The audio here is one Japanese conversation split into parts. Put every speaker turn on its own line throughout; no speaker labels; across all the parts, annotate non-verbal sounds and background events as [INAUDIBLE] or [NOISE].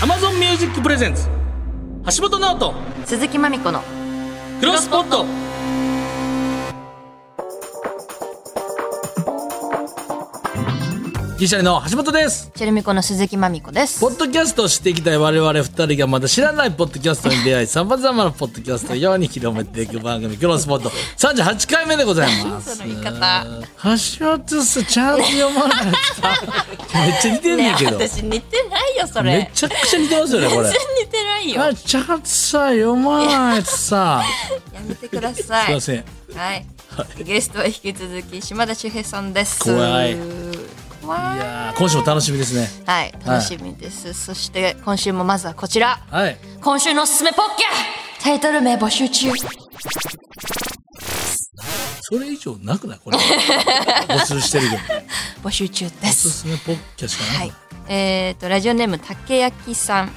Amazon Music Presents 橋本直人
鈴木まみこの
クロスポットギリシャリの橋本です
チェルミコの鈴木まみこです
ポッドキャストをしていきたい我々二人がまだ知らないポッドキャストに出会いさまざまなポッドキャストを世に広めていく番組クロスポット38回目でございます
その言い方
橋本さんちゃんと読まないとめっちゃ似てん
ね
ねんけ
え
ど、
私似てないよそれ
めっちゃくちゃ似てますよねこれ
[LAUGHS] 全然似てないよ
あちゃんとさ読まないとさ
やめてくだ
す
さ
い
い
ません
はいゲストは引き続き島田秀平さんです
怖い
怖い
いやー今週も楽しみですね
はい楽しみです、そして今週もまずはこちら
はい
今週のおすすめポッケタイトル名募集中
それ以上なくない
[LAUGHS]
これ募集してるけど
募集中で
おす
す
すめポッキャしか
は
ない
い。えっ、と、ラジオネーム、竹焼さん。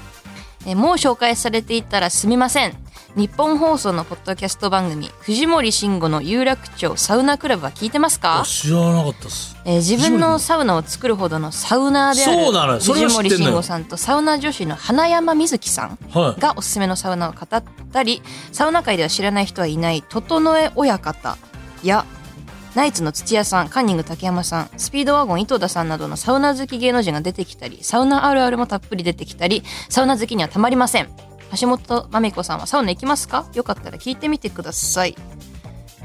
えーもう紹介されていたらすみません。日本放送のポッドキャスト番組、藤森慎吾の有楽町サウナクラブは聞いてます
あ
か、
知らなかったっす
えー自分のサウナを作るほどのサウナーであ
そうなのよ
る
それは
藤
知ってんのよ
森慎吾さんとサウナ女子の花山瑞希さん
はい
がおすすめのサウナを語ったり、サウナ界では知らない人はいない、整え親方や、ナイツの土屋さん、カンニング竹山さん、スピードワゴン井戸田さんなどのサウナ好き芸能人が出てきたり、サウナあるあるもたっぷり出てきたり、サウナ好きにはたまりません。橋本まみこさんはサウナ行きますかよかったら聞いてみてください。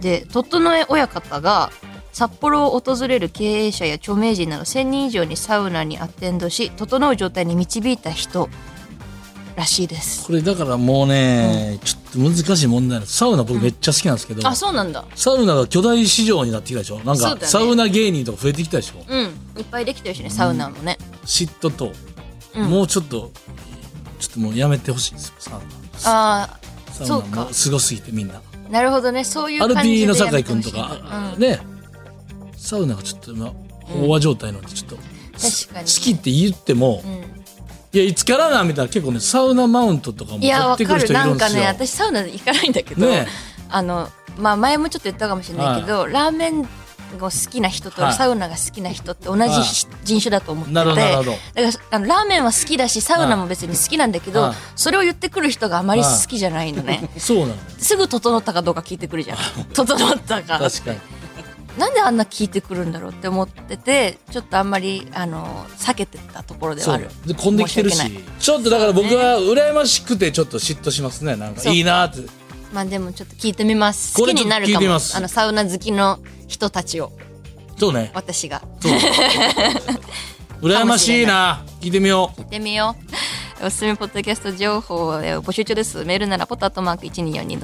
で、整え親方が、札幌を訪れる経営者や著名人など1000人以上にサウナにアテンドし、整う状態に導いた人らしいです。
これだからもうね、ちょっと難しい問題なのサウナ僕めっちゃ好きなんですけど、
あ、そうなんだ。
サウナが巨大市場になってきたでしょなん
そ
か、
うだね
サウナ芸人とか増えてきたでしょ
うん。いっぱいできてるしね、サウナもね。
嫉妬と、
うん
もうちょっとちょっともうやめてほしいんですよサウ
あ
ナ
そ
サ
う
ウナも
か
すごすぎてみんな
あ、なるほどね。そういう
ア
感
ル
じ
ピー
で
の
や
酒
め
井
てほ
君
し
と
い
か、
うん
ねサウナがちょっと今飽和状態なんでちょっと、
確かに
好きって言っても、いやいつからなみたいな結構ねサウナマウントとかも
い
買
や、
っ
わ
てく
か
る
る。
人い
な
るん
ん
で
か
すよ
ね、私サウナ行かないんだけど、
ね
あの、まあ前もちょっと言ったかもしれないけど、ラーメンを好きな人と
はい
サウナが好きな人って同じ
はい
人種だと思ってて、
なるほどなるほど
だからあのラーメンは好きだしサウナも別に好きなんだけど、
はい
それを言ってくる人があまり好きじゃないのね、
そうなの
すぐ整ったかどうか聞いて
[LAUGHS]
くるじゃん整ったか
確かに
なんであんな聞いてくるんだろうって思っててちょっとあんまりあの避けてたところでは
そ
あ
う
る
で混んできてるし
申し訳ない
ちょっとだから僕は羨ましくてちょっと嫉妬しますねなんか
そう
いいなって
まあでもちょっと聞いてみます
こ
好
れ
きになる
ちょっと聞い
か
てみ
も
ます
あのサウナ好きの人たちを
そう
[LAUGHS]
ね
私が
そう羨ましいな聞いてみよう
行ってみよ [LAUGHS] う。おすすめポッドキャスト情報を募集中です。メールならポタとマーク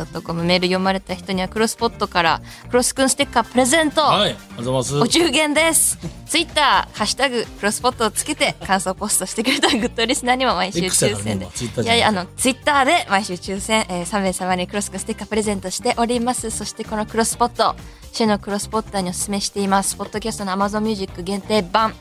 1242.com メール読まれた人にはクロスポットからクロスくんステッカープレゼント、
はいありがとうござい
お
ます
中元
[LAUGHS]
です。ツイッター、ハッシュタグ、クロスポットをつけて感想ポストしてくれたグッドリスナーにも毎週
X
抽
だから
選
ね
で
今。Twitter じ
い
ゃな
や
い
いや、あの、ツイッターで毎週抽選、えー、3名様にクロスくんステッカープレゼントしております。そしてこのクロスポット、週のクロスポッターにお勧めしています。ポッドキャストの Amazon Music 限定版。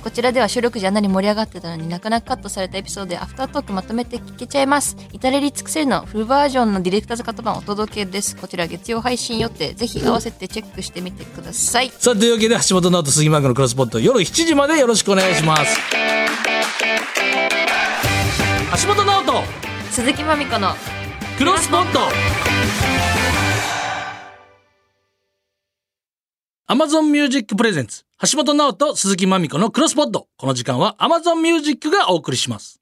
こちらでは収録時あんなに盛り上がってたのになかなかカットされたエピソードやアフタートークまとめて聞けちゃいます。至れり尽くせるのフルバージョンのディレクターズカット版お届けです。こちら月曜配信予定、ぜひ合わせてチェックしてみてください。
さあというわけで橋本直人杉マークのクロスポット夜7時までよろしくお願いします橋本直人
鈴木まみこの
クロスポット Amazon Music Presents 橋本直人鈴木まみこのクロスポットこの時間は Amazon Music がお送りします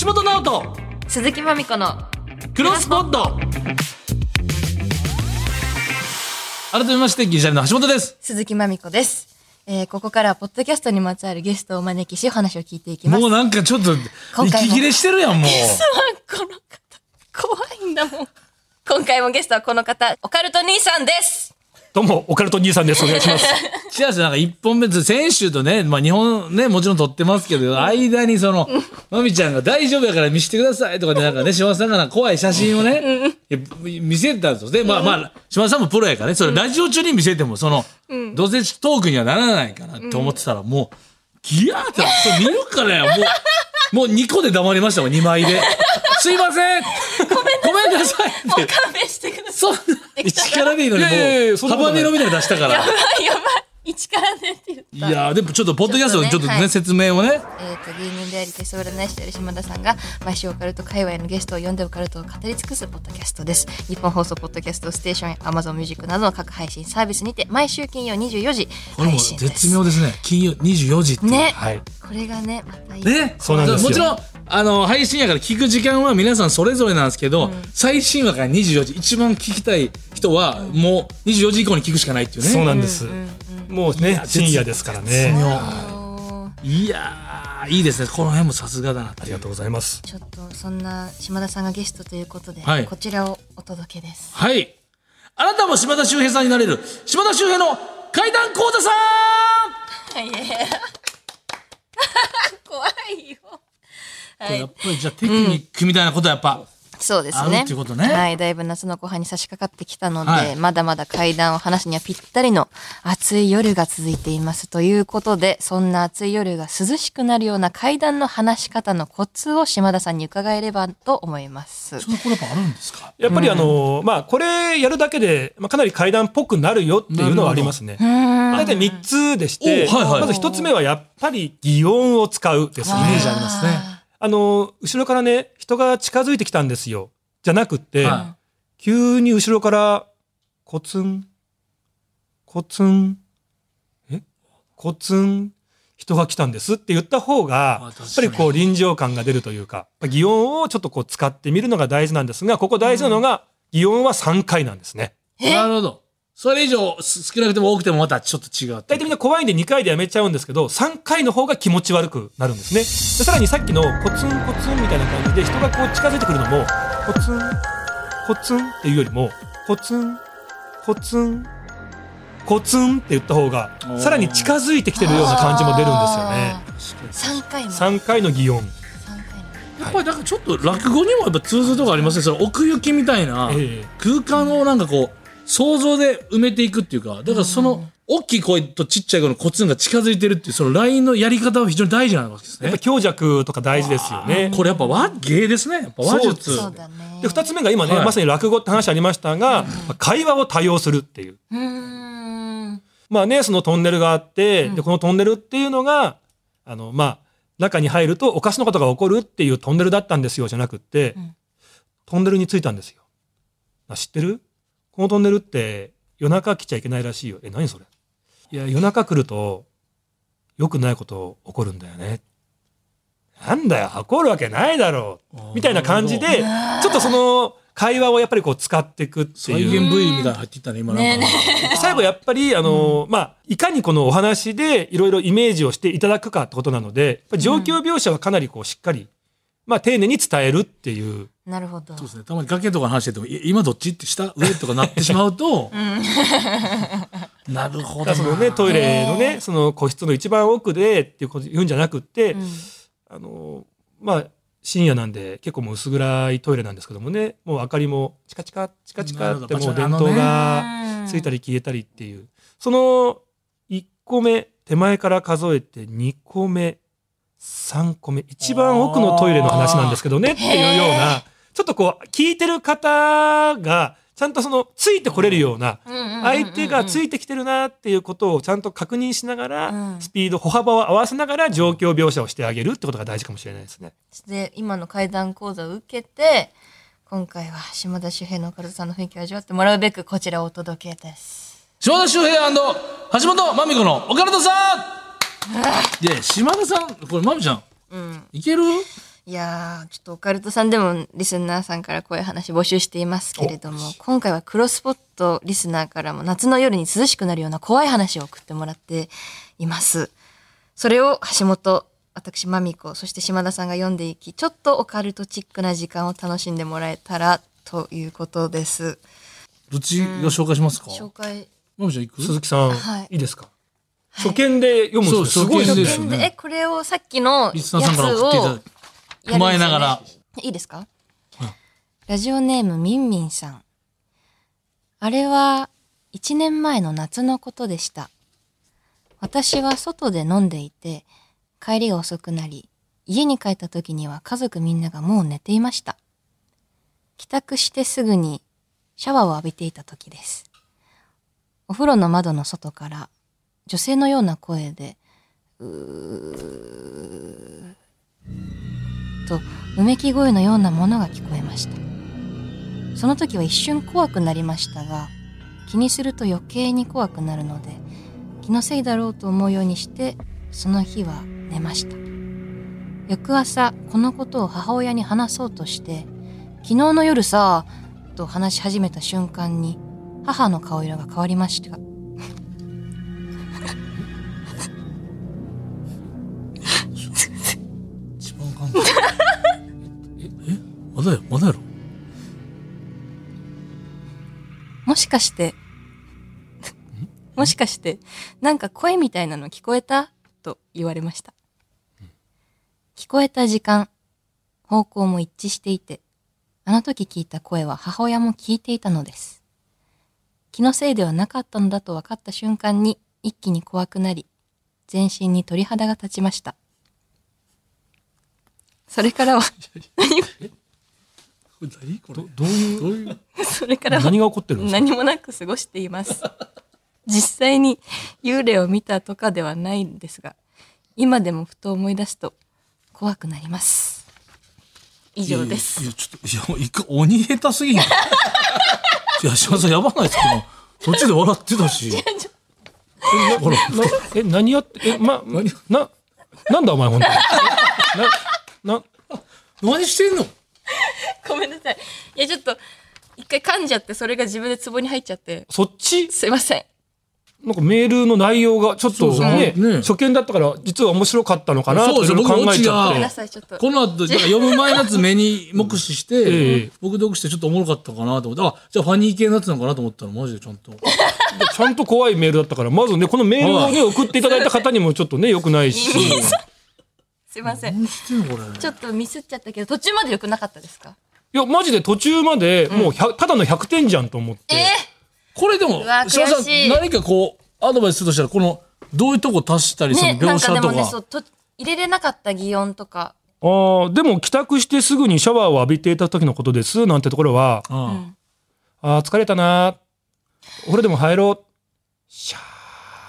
橋本直人
鈴木まみこの
クロスポット改めましてギリシャリの橋本です
鈴木まみこです。えーここからはポッドキャストにまつわるゲストをお招きしお話を聞いていきます。
もうなんかちょっと
今回も
息切れしてるやんもう
[LAUGHS] この方、怖いんだもん。今回もゲストはこの方、オカルト兄さんです。
どうも、オカルト兄さんです。お願い
[LAUGHS]
します。
違うですなんか一本目ずつ先週とね、まあ、日本ねもちろん撮ってますけど間にそのまみちゃんが「大丈夫やから見せてください」とかでなんかね島田さんがなんか怖い写真をねいや見せてたんですよでまあまあ島田さんもプロやからねそれラジオ中に見せてもそのどうせトークにはならないかなって思ってたらもうギヤーってそれ見るからやも
[LAUGHS]
うもう2個で黙りましたもん2枚で「すいませんごめんなさい」
もう
って
勘弁してくださ
[LAUGHS] そんな一からでいいのにも
いやいやいや
う
そんなこ
幅
とない
ネロみたいなの出したか
い。や
ら
ばいやばい。一からねって言
いやーでもちょっとポッドキャストのちょっと
ちょっとねは
ね
い
説明をね
えー、と芸人であり手相占い師である島田さんが毎週オカルト界隈のゲストを呼んでオカルトを語り尽くすポッドキャストです日本放送ポッドキャストステーションや Amazon ミュージックなどの各配信サービスにて毎週金曜24時
これも
配信です
絶妙ですね金曜24時っていう
ね、
はい
これがねまたいい
ね
そうなんですよ
もちろんあの配信やから聞く時間は皆さんそれぞれなんですけど、最新話から24時一番聞きたい人はもう24時以降に聞くしかないっていうね
そうなんです、
うん
もうね深夜ですからね
あのー
いやーいいですねこの辺もさすがだなって
ありがとうございます
ちょっとそんな島田さんがゲストということで、
はい
こちらをお届けです
はいあなたも島田秀平さんになれる島田秀平の階段講座さん
[LAUGHS] はい [LAUGHS] 怖いよは
やっぱりじゃあテクニックみたいなことはやっぱ、
そうです
あ
ね
るっていうことね
はい、だいぶ夏の後半に差し掛かってきたので、
はい
まだまだ階段を話すにはぴったりの暑い夜が続いていますということでそんな暑い夜が涼しくなるような階段の話し方のコツを島田さんに伺えればと思います。
そんなこれやっぱあるんですか
やっぱりあのまあこれやるだけで、まあ、かなり階段っぽくなるよっていうのはありますね
うーん
大体3つでして、
おはいはい
まず1つ目はやっぱり擬音を使うですね
イメージありますね
あの後ろからね人が近づいてきたんですよじゃなくって、
は
急に後ろからコツンコツンえコツン人が来たんですって言った
あ
方が
確か
や
に
っぱりこう臨場感が出るというかやっぱ擬音をちょっとこう使ってみるのが大事なんですがここ大事なのが、擬音は3回なんですね。
え
なるほどそれ以上す少なくても多くてもまたちょっと違うって
大
い
体み
うん
な怖いんで2回でやめちゃうんですけど3回の方が気持ち悪くなるんですねでさらにさっきのコツンコツンみたいな感じで人がこう近づいてくるのもコツンコツンっていうよりもコツンコツンコツンって言った方が
おー
さらに近づいてきてるような感じも出るんですよね
3回も
3回の擬音
三回も
やっぱりなんかちょっと落語にもやっぱ通ずるとこありますねその奥行きみたいな
ええ
空間をなんかこう想像で埋めていくっていうかだからその大きい声とちっちゃい声のコツンが近づいてるっていうそのラインのやり方は非常に大事なわけです
やっ
ね
ぱ強弱とか大事ですよね
これやっぱ和芸ですねやっぱ和術
そうだね
で2つ目が今ね、
はい
まさに落語って話ありましたが、まあ会話を多用するっていう
うーん
まあね、そのトンネルがあって、で、このトンネルっていうのが、あの、まあ、中に入るとおかしなことが起こるっていうトンネルだったんですよ、じゃなくって、
ん
トンネルに着いたんですよ。あ知ってるこのトンネルって夜中来ちゃいけないらしいよ。え、何それいや、夜中来ると、良くないこと起こるんだよね。なんだよ、起こるわけないだろう。みたいな感じで、ちょっとその会話をやっぱりこう使っていくって
再
いう。
現部位みたいなの入っていったね今なんか
ねえね
[LAUGHS] 最後やっぱり、あのまあ、いかにこのお話でいろいろイメージをしていただくかってことなので、やっぱ状況描写はかなりこうしっかり、まあ、丁寧に伝えるっていう。
なるほど
そうですねたまに崖とかの話しててもい今どっちって下上とかなってしまうとなるほど
その
な
ね、トイレの
へー
ね、その個室の一番奥でっていうこと言うんじゃなくって、
うん
あのまあ、深夜なんで結構もう薄暗いトイレなんですけどもね、もう明かりもチカチカ、チカチカって
なるほど
もう電灯が。ついた
り
り消えたりっていうその1個目手前から数えて2個目3個目一番奥のトイレの話なんですけどねっていうようなちょっとこう聞いてる方がちゃんとそのついてこれるような相手がつ
い
いてきてるなっていうことをちゃんと確認しながら
うん
スピード歩幅を合わせながら状況描写をしてあげるってことが大事かもしれないですね。
で今の階段講座を受けて今回は島田秀平の岡田さんの雰囲気を味わってもらうべくこちらをお届けです
島田秀平橋本まみ子の岡田さんで島田さんこれまみちゃん
うん
いける
いやーちょっとオカルトさんでもリスナーさんからこういう話募集していますけれども今回はクロスポットリスナーからも夏の夜に涼しくなるような怖い話を送ってもらっていますそれを橋本私まみこそして島田さんが読んでいきちょっとオカルトチックな時間を楽しんでもらえたらということです
どっちが紹介しますか
紹介
まみちゃんいく
鈴木さん、
はい
い、いですか、初見で読むんです
そう
よすごいで
初見で
すね。
すよね
えこれをさっきのや
リ
つ
スナーさんから送っていただ
を
いて踏まえながら
やるんですよねいいですか、ラジオネームみんみんさんあれは1年前の夏のことでした私は外で飲んでいて帰りが遅くなり家に帰った時には家族みんながもう寝ていました帰宅してすぐにシャワーを浴びていた時ですお風呂の窓の外から女性のような声で、うーと、うめき声のようなものが聞こえました。その時は一瞬怖くなりましたが、気にすると余計に怖くなるので、気のせいだろうと思うようにして、その日は寝ました。翌朝、このことを母親に話そうとして、昨日の夜さ、と話し始めた瞬間に、母の顔色が変わりました。
一番簡単ええまだやまだやろ
もしかして、もしかして、なんか声みたいなの聞こえたと言われました。聞こえた時間、方向も一致していて、あの時聞いた声は母親も聞いていたのです。気のせいではなかったのだと分かった瞬間に一気に怖くなり、全身に鳥肌が立ちました。それからは、
これ何これ
どどういう
どういう
それからは
何が起こってるんですか
何もなく過ごしています。実際に幽霊を見たとかではないんですが、今でもふと思い出すと怖くなります。以上
い
で
や
す。
いやちょっといや一回鬼下手すぎんいや島田さんやばないですか途中で笑ってたしほら
なえ何やってえま
何
ななんだお前本当にえなな
何してんの
ごめんなさい。いや、ちょっと、一回噛んじゃって、それが自分で壺に入っちゃって、
そっち
すいません。
なんかメールの内容がちょっと
そうそう
ね
ね
初見だったから実は面白かったのかな
そう
と
で
い
す
ろいろ考えち
僕オ
ゃ
チ
ごめん
っ
が
な
て
さい、ちょっと。
この後、なんか読む前のやつ目に目視し
え
て
え、
僕読してちょっとおもろかったかなと思って、あ、じゃあファニー系のやつなのかなと思ったら、マジでちゃんと。
ちゃんと怖いメールだったからまずねこのメールをね送っていただいた方にもちょっとね良くないし
すいません。
何してんのこれ。
ちょっとミスっちゃったけど、途中まで良くなかったですか
いやマジで途中までもう100ただの100点じゃんと思って
え
これでも
うわ、
島田さん
悔しい
何かこう、アドバイスするとしたら、この、どういうとこ足したり、
ー、
その
ね、な
描
んか
写
で
と
もね、そ
か。
う、と入れれなかった擬音とか、
あーでも帰宅してすぐにシャワーを浴びていた時のことですなんてところは
うん
あー疲れたなお風呂でも入ろうシャ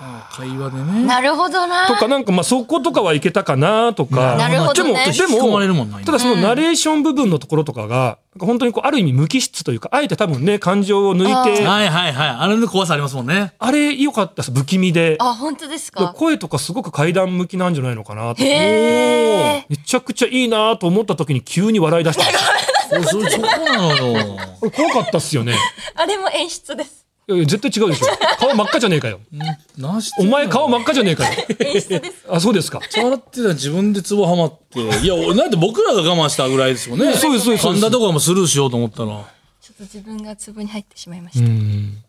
ああ会話でね。
なるほどな
ーとかなんかまあそことかはいけたかなとか
なるほどね
でも
ちょっと
で
引き込ま
も
れるもんな、今
ただそのナレーション部分のところとかが、なんか本当にこうある意味無機質というか、あえて多分ね、感情を抜いて、あ
はいはいはい。あれの怖さありますもんね。
れ良かったです、不気味で。
あ、本当ですか
声とかすごく階段向きなんじゃないのかなと。
へー
めちゃくちゃいいなと思った時に急に笑い出したんですよ。
そうそうそこなのよ。
これ怖かったっすよね。
あれも演出です。
いやいや絶対違うでしょ。顔真っ赤じゃねえかよ。
何して
お
んの
前顔真っ赤じゃねえかよ。
演出
[LAUGHS]
です。
あ、そうですか。
笑ってたら自分でツボハマって。いや、俺なんて僕らが我慢したぐらいですもんね。
そうですそうですそう
神
で
田
す
とかもスルーしようと思ったら。
ちょっと自分が壺に入ってしまいまし
う
た。
ん。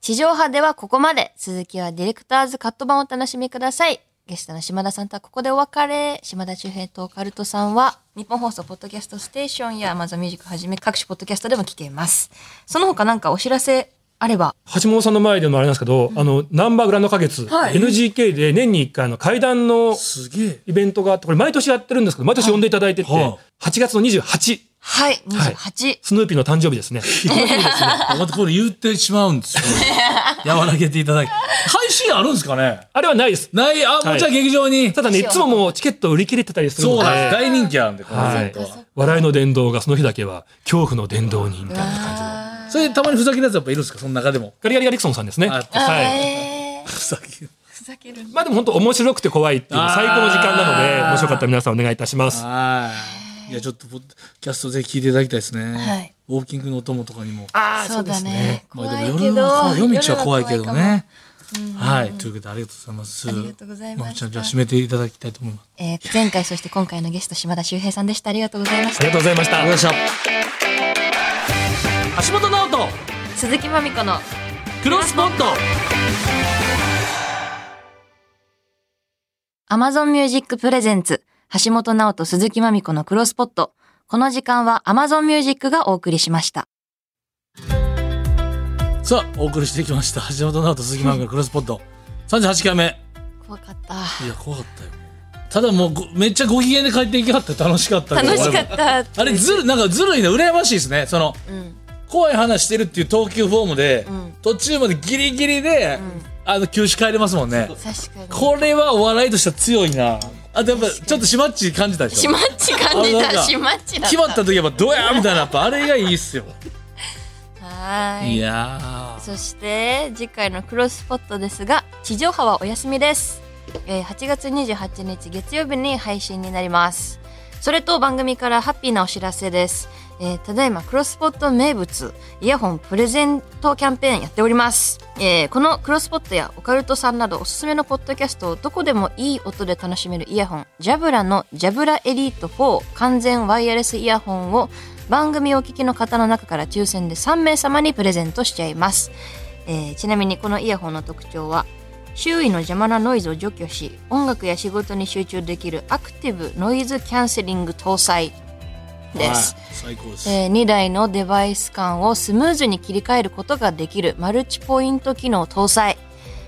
地上波ではここまで。続きはディレクターズカット版をお楽しみください。ゲストの島田さんとはここでお別れ。島田周平とオカルトさんは、日本放送ポッドキャストステーションや Amazon Music はじめ各種ポッドキャストでも聞けます。その他なんかお知らせあれば。
橋本さんの前でもあれなんですけど、あの、ナンバーグランド花月、
はい
NGK で年に1回あの階段の
すげえ。
イベントがあって、これ毎年やってるんですけど、毎年呼んでいただいてて、
はいは
8月の28、
はい、28。
スヌーピーの誕生日ですね。
またこれ言ってしまうんです
[LAUGHS]
よ。和らげていただき。配信あるんですかね
あれはないです。
ない、あ、もうじゃあ
はい
劇場に。
ただね、いつももうチケット売り切れてたりする
そ
の
う
で、
なんです。大人気なんで、このイ
は
ベン
い
トは。
笑いの殿堂がその日だけは、恐怖の殿堂に、みたいな感じの。
それでたまにふざけるやつやっぱいるんですかその中でも。
ガリガリガリクソンさんですね。
あ
はい。
えー
ふざける。
ふざける
まあでも本当面白くて怖いっていう
あー
最高の時間なので、もしよかったら皆さんお願いいたします。
はい。いや、ちょっとポッドキャストぜひ聞いていただきたいですね。
はい
ウォーキングのお供とかにも。
あ
そうだね。
まあ
怖い
でも
けど。
夜は夜道は怖いけど
夜は怖いかも
ね。はい。ということでありがとうございます。
ありがとうございました
ちゃんじゃあ締めていただきたいと思います。
えー前回そして今回のゲスト島田秀平さんでしたありがとうございまし
ありがとうございました。
橋本直人
た鈴木まみこの
クロスポット
Amazon Music Presents 橋本直人鈴木まみこのクロスポットこの時間は Amazon Music がお送りしました
さあお送りしてきました橋本直人鈴木マンクのクロスポット38回目
怖かった
いや怖かったよただもうごめっちゃご機嫌で帰っていきはって楽しかったけど
楽しかった
俺もあれずるなんかずるいの羨ましいですねその
うん
怖い話してるっていう投球フォームで、
うん
途中までギリギリで、
ん
あの、休止帰れますもんね。
確かに。
これはお笑いとしては強いな。あとやっぱ、ちょっとしまっち感じたでし
し
ょ
まっち感じ
あなん
た、
か
しまっちだった。
決まった時やっぱ、ドヤーみたいな、やっぱ、あれがいいっすよ。
はーい。
いや
そして次回のクロスポットですが地上波はお休みです、えー8月28日月曜日に配信になりますそれと番組からハッピーなお知らせです、えーただいまクロスポット名物イヤホンプレゼントキャンペーンやっております、えーこのクロスポットやオカルトさんなどおすすめのポッドキャストをどこでもいい音で楽しめるイヤホンジャブラのジャブラエリート4完全ワイヤレスイヤホンを番組をお聞きの方の中から抽選で3名様にプレゼントしちゃいます、えーちなみにこのイヤホンの特徴は周囲の邪魔なノイズを除去し音楽や仕事に集中できるアクティブノイズキャンセリング搭載
ー。
です、
はい。最高です。
え2台のデバイス間をスムーズに切り替えることができるマルチポイント機能搭載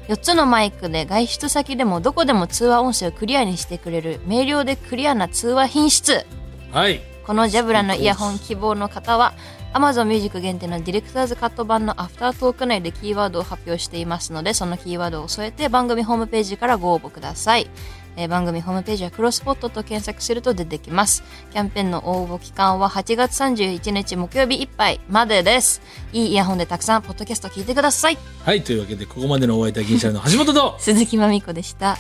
4つのマイクで外出先でもどこでも通話音声をクリアにしてくれる明瞭でクリアな通話品質
はい。
このジャブラのイヤホン希望の方は Amazon Music 限定のディレクターズカット版のアフタートーク内でキーワードを発表していますのでそのキーワードを添えて番組ホームページからご応募ください、えー番組ホームページはクロスポットと検索すると出てきますキャンペーンの応募期間は8月31日木曜日いっぱいまでですいいイヤホンでたくさんポッドキャスト聞いてください
はい。というわけで、ここまでのお相手は銀シャリの橋本と、
鈴木まみこでした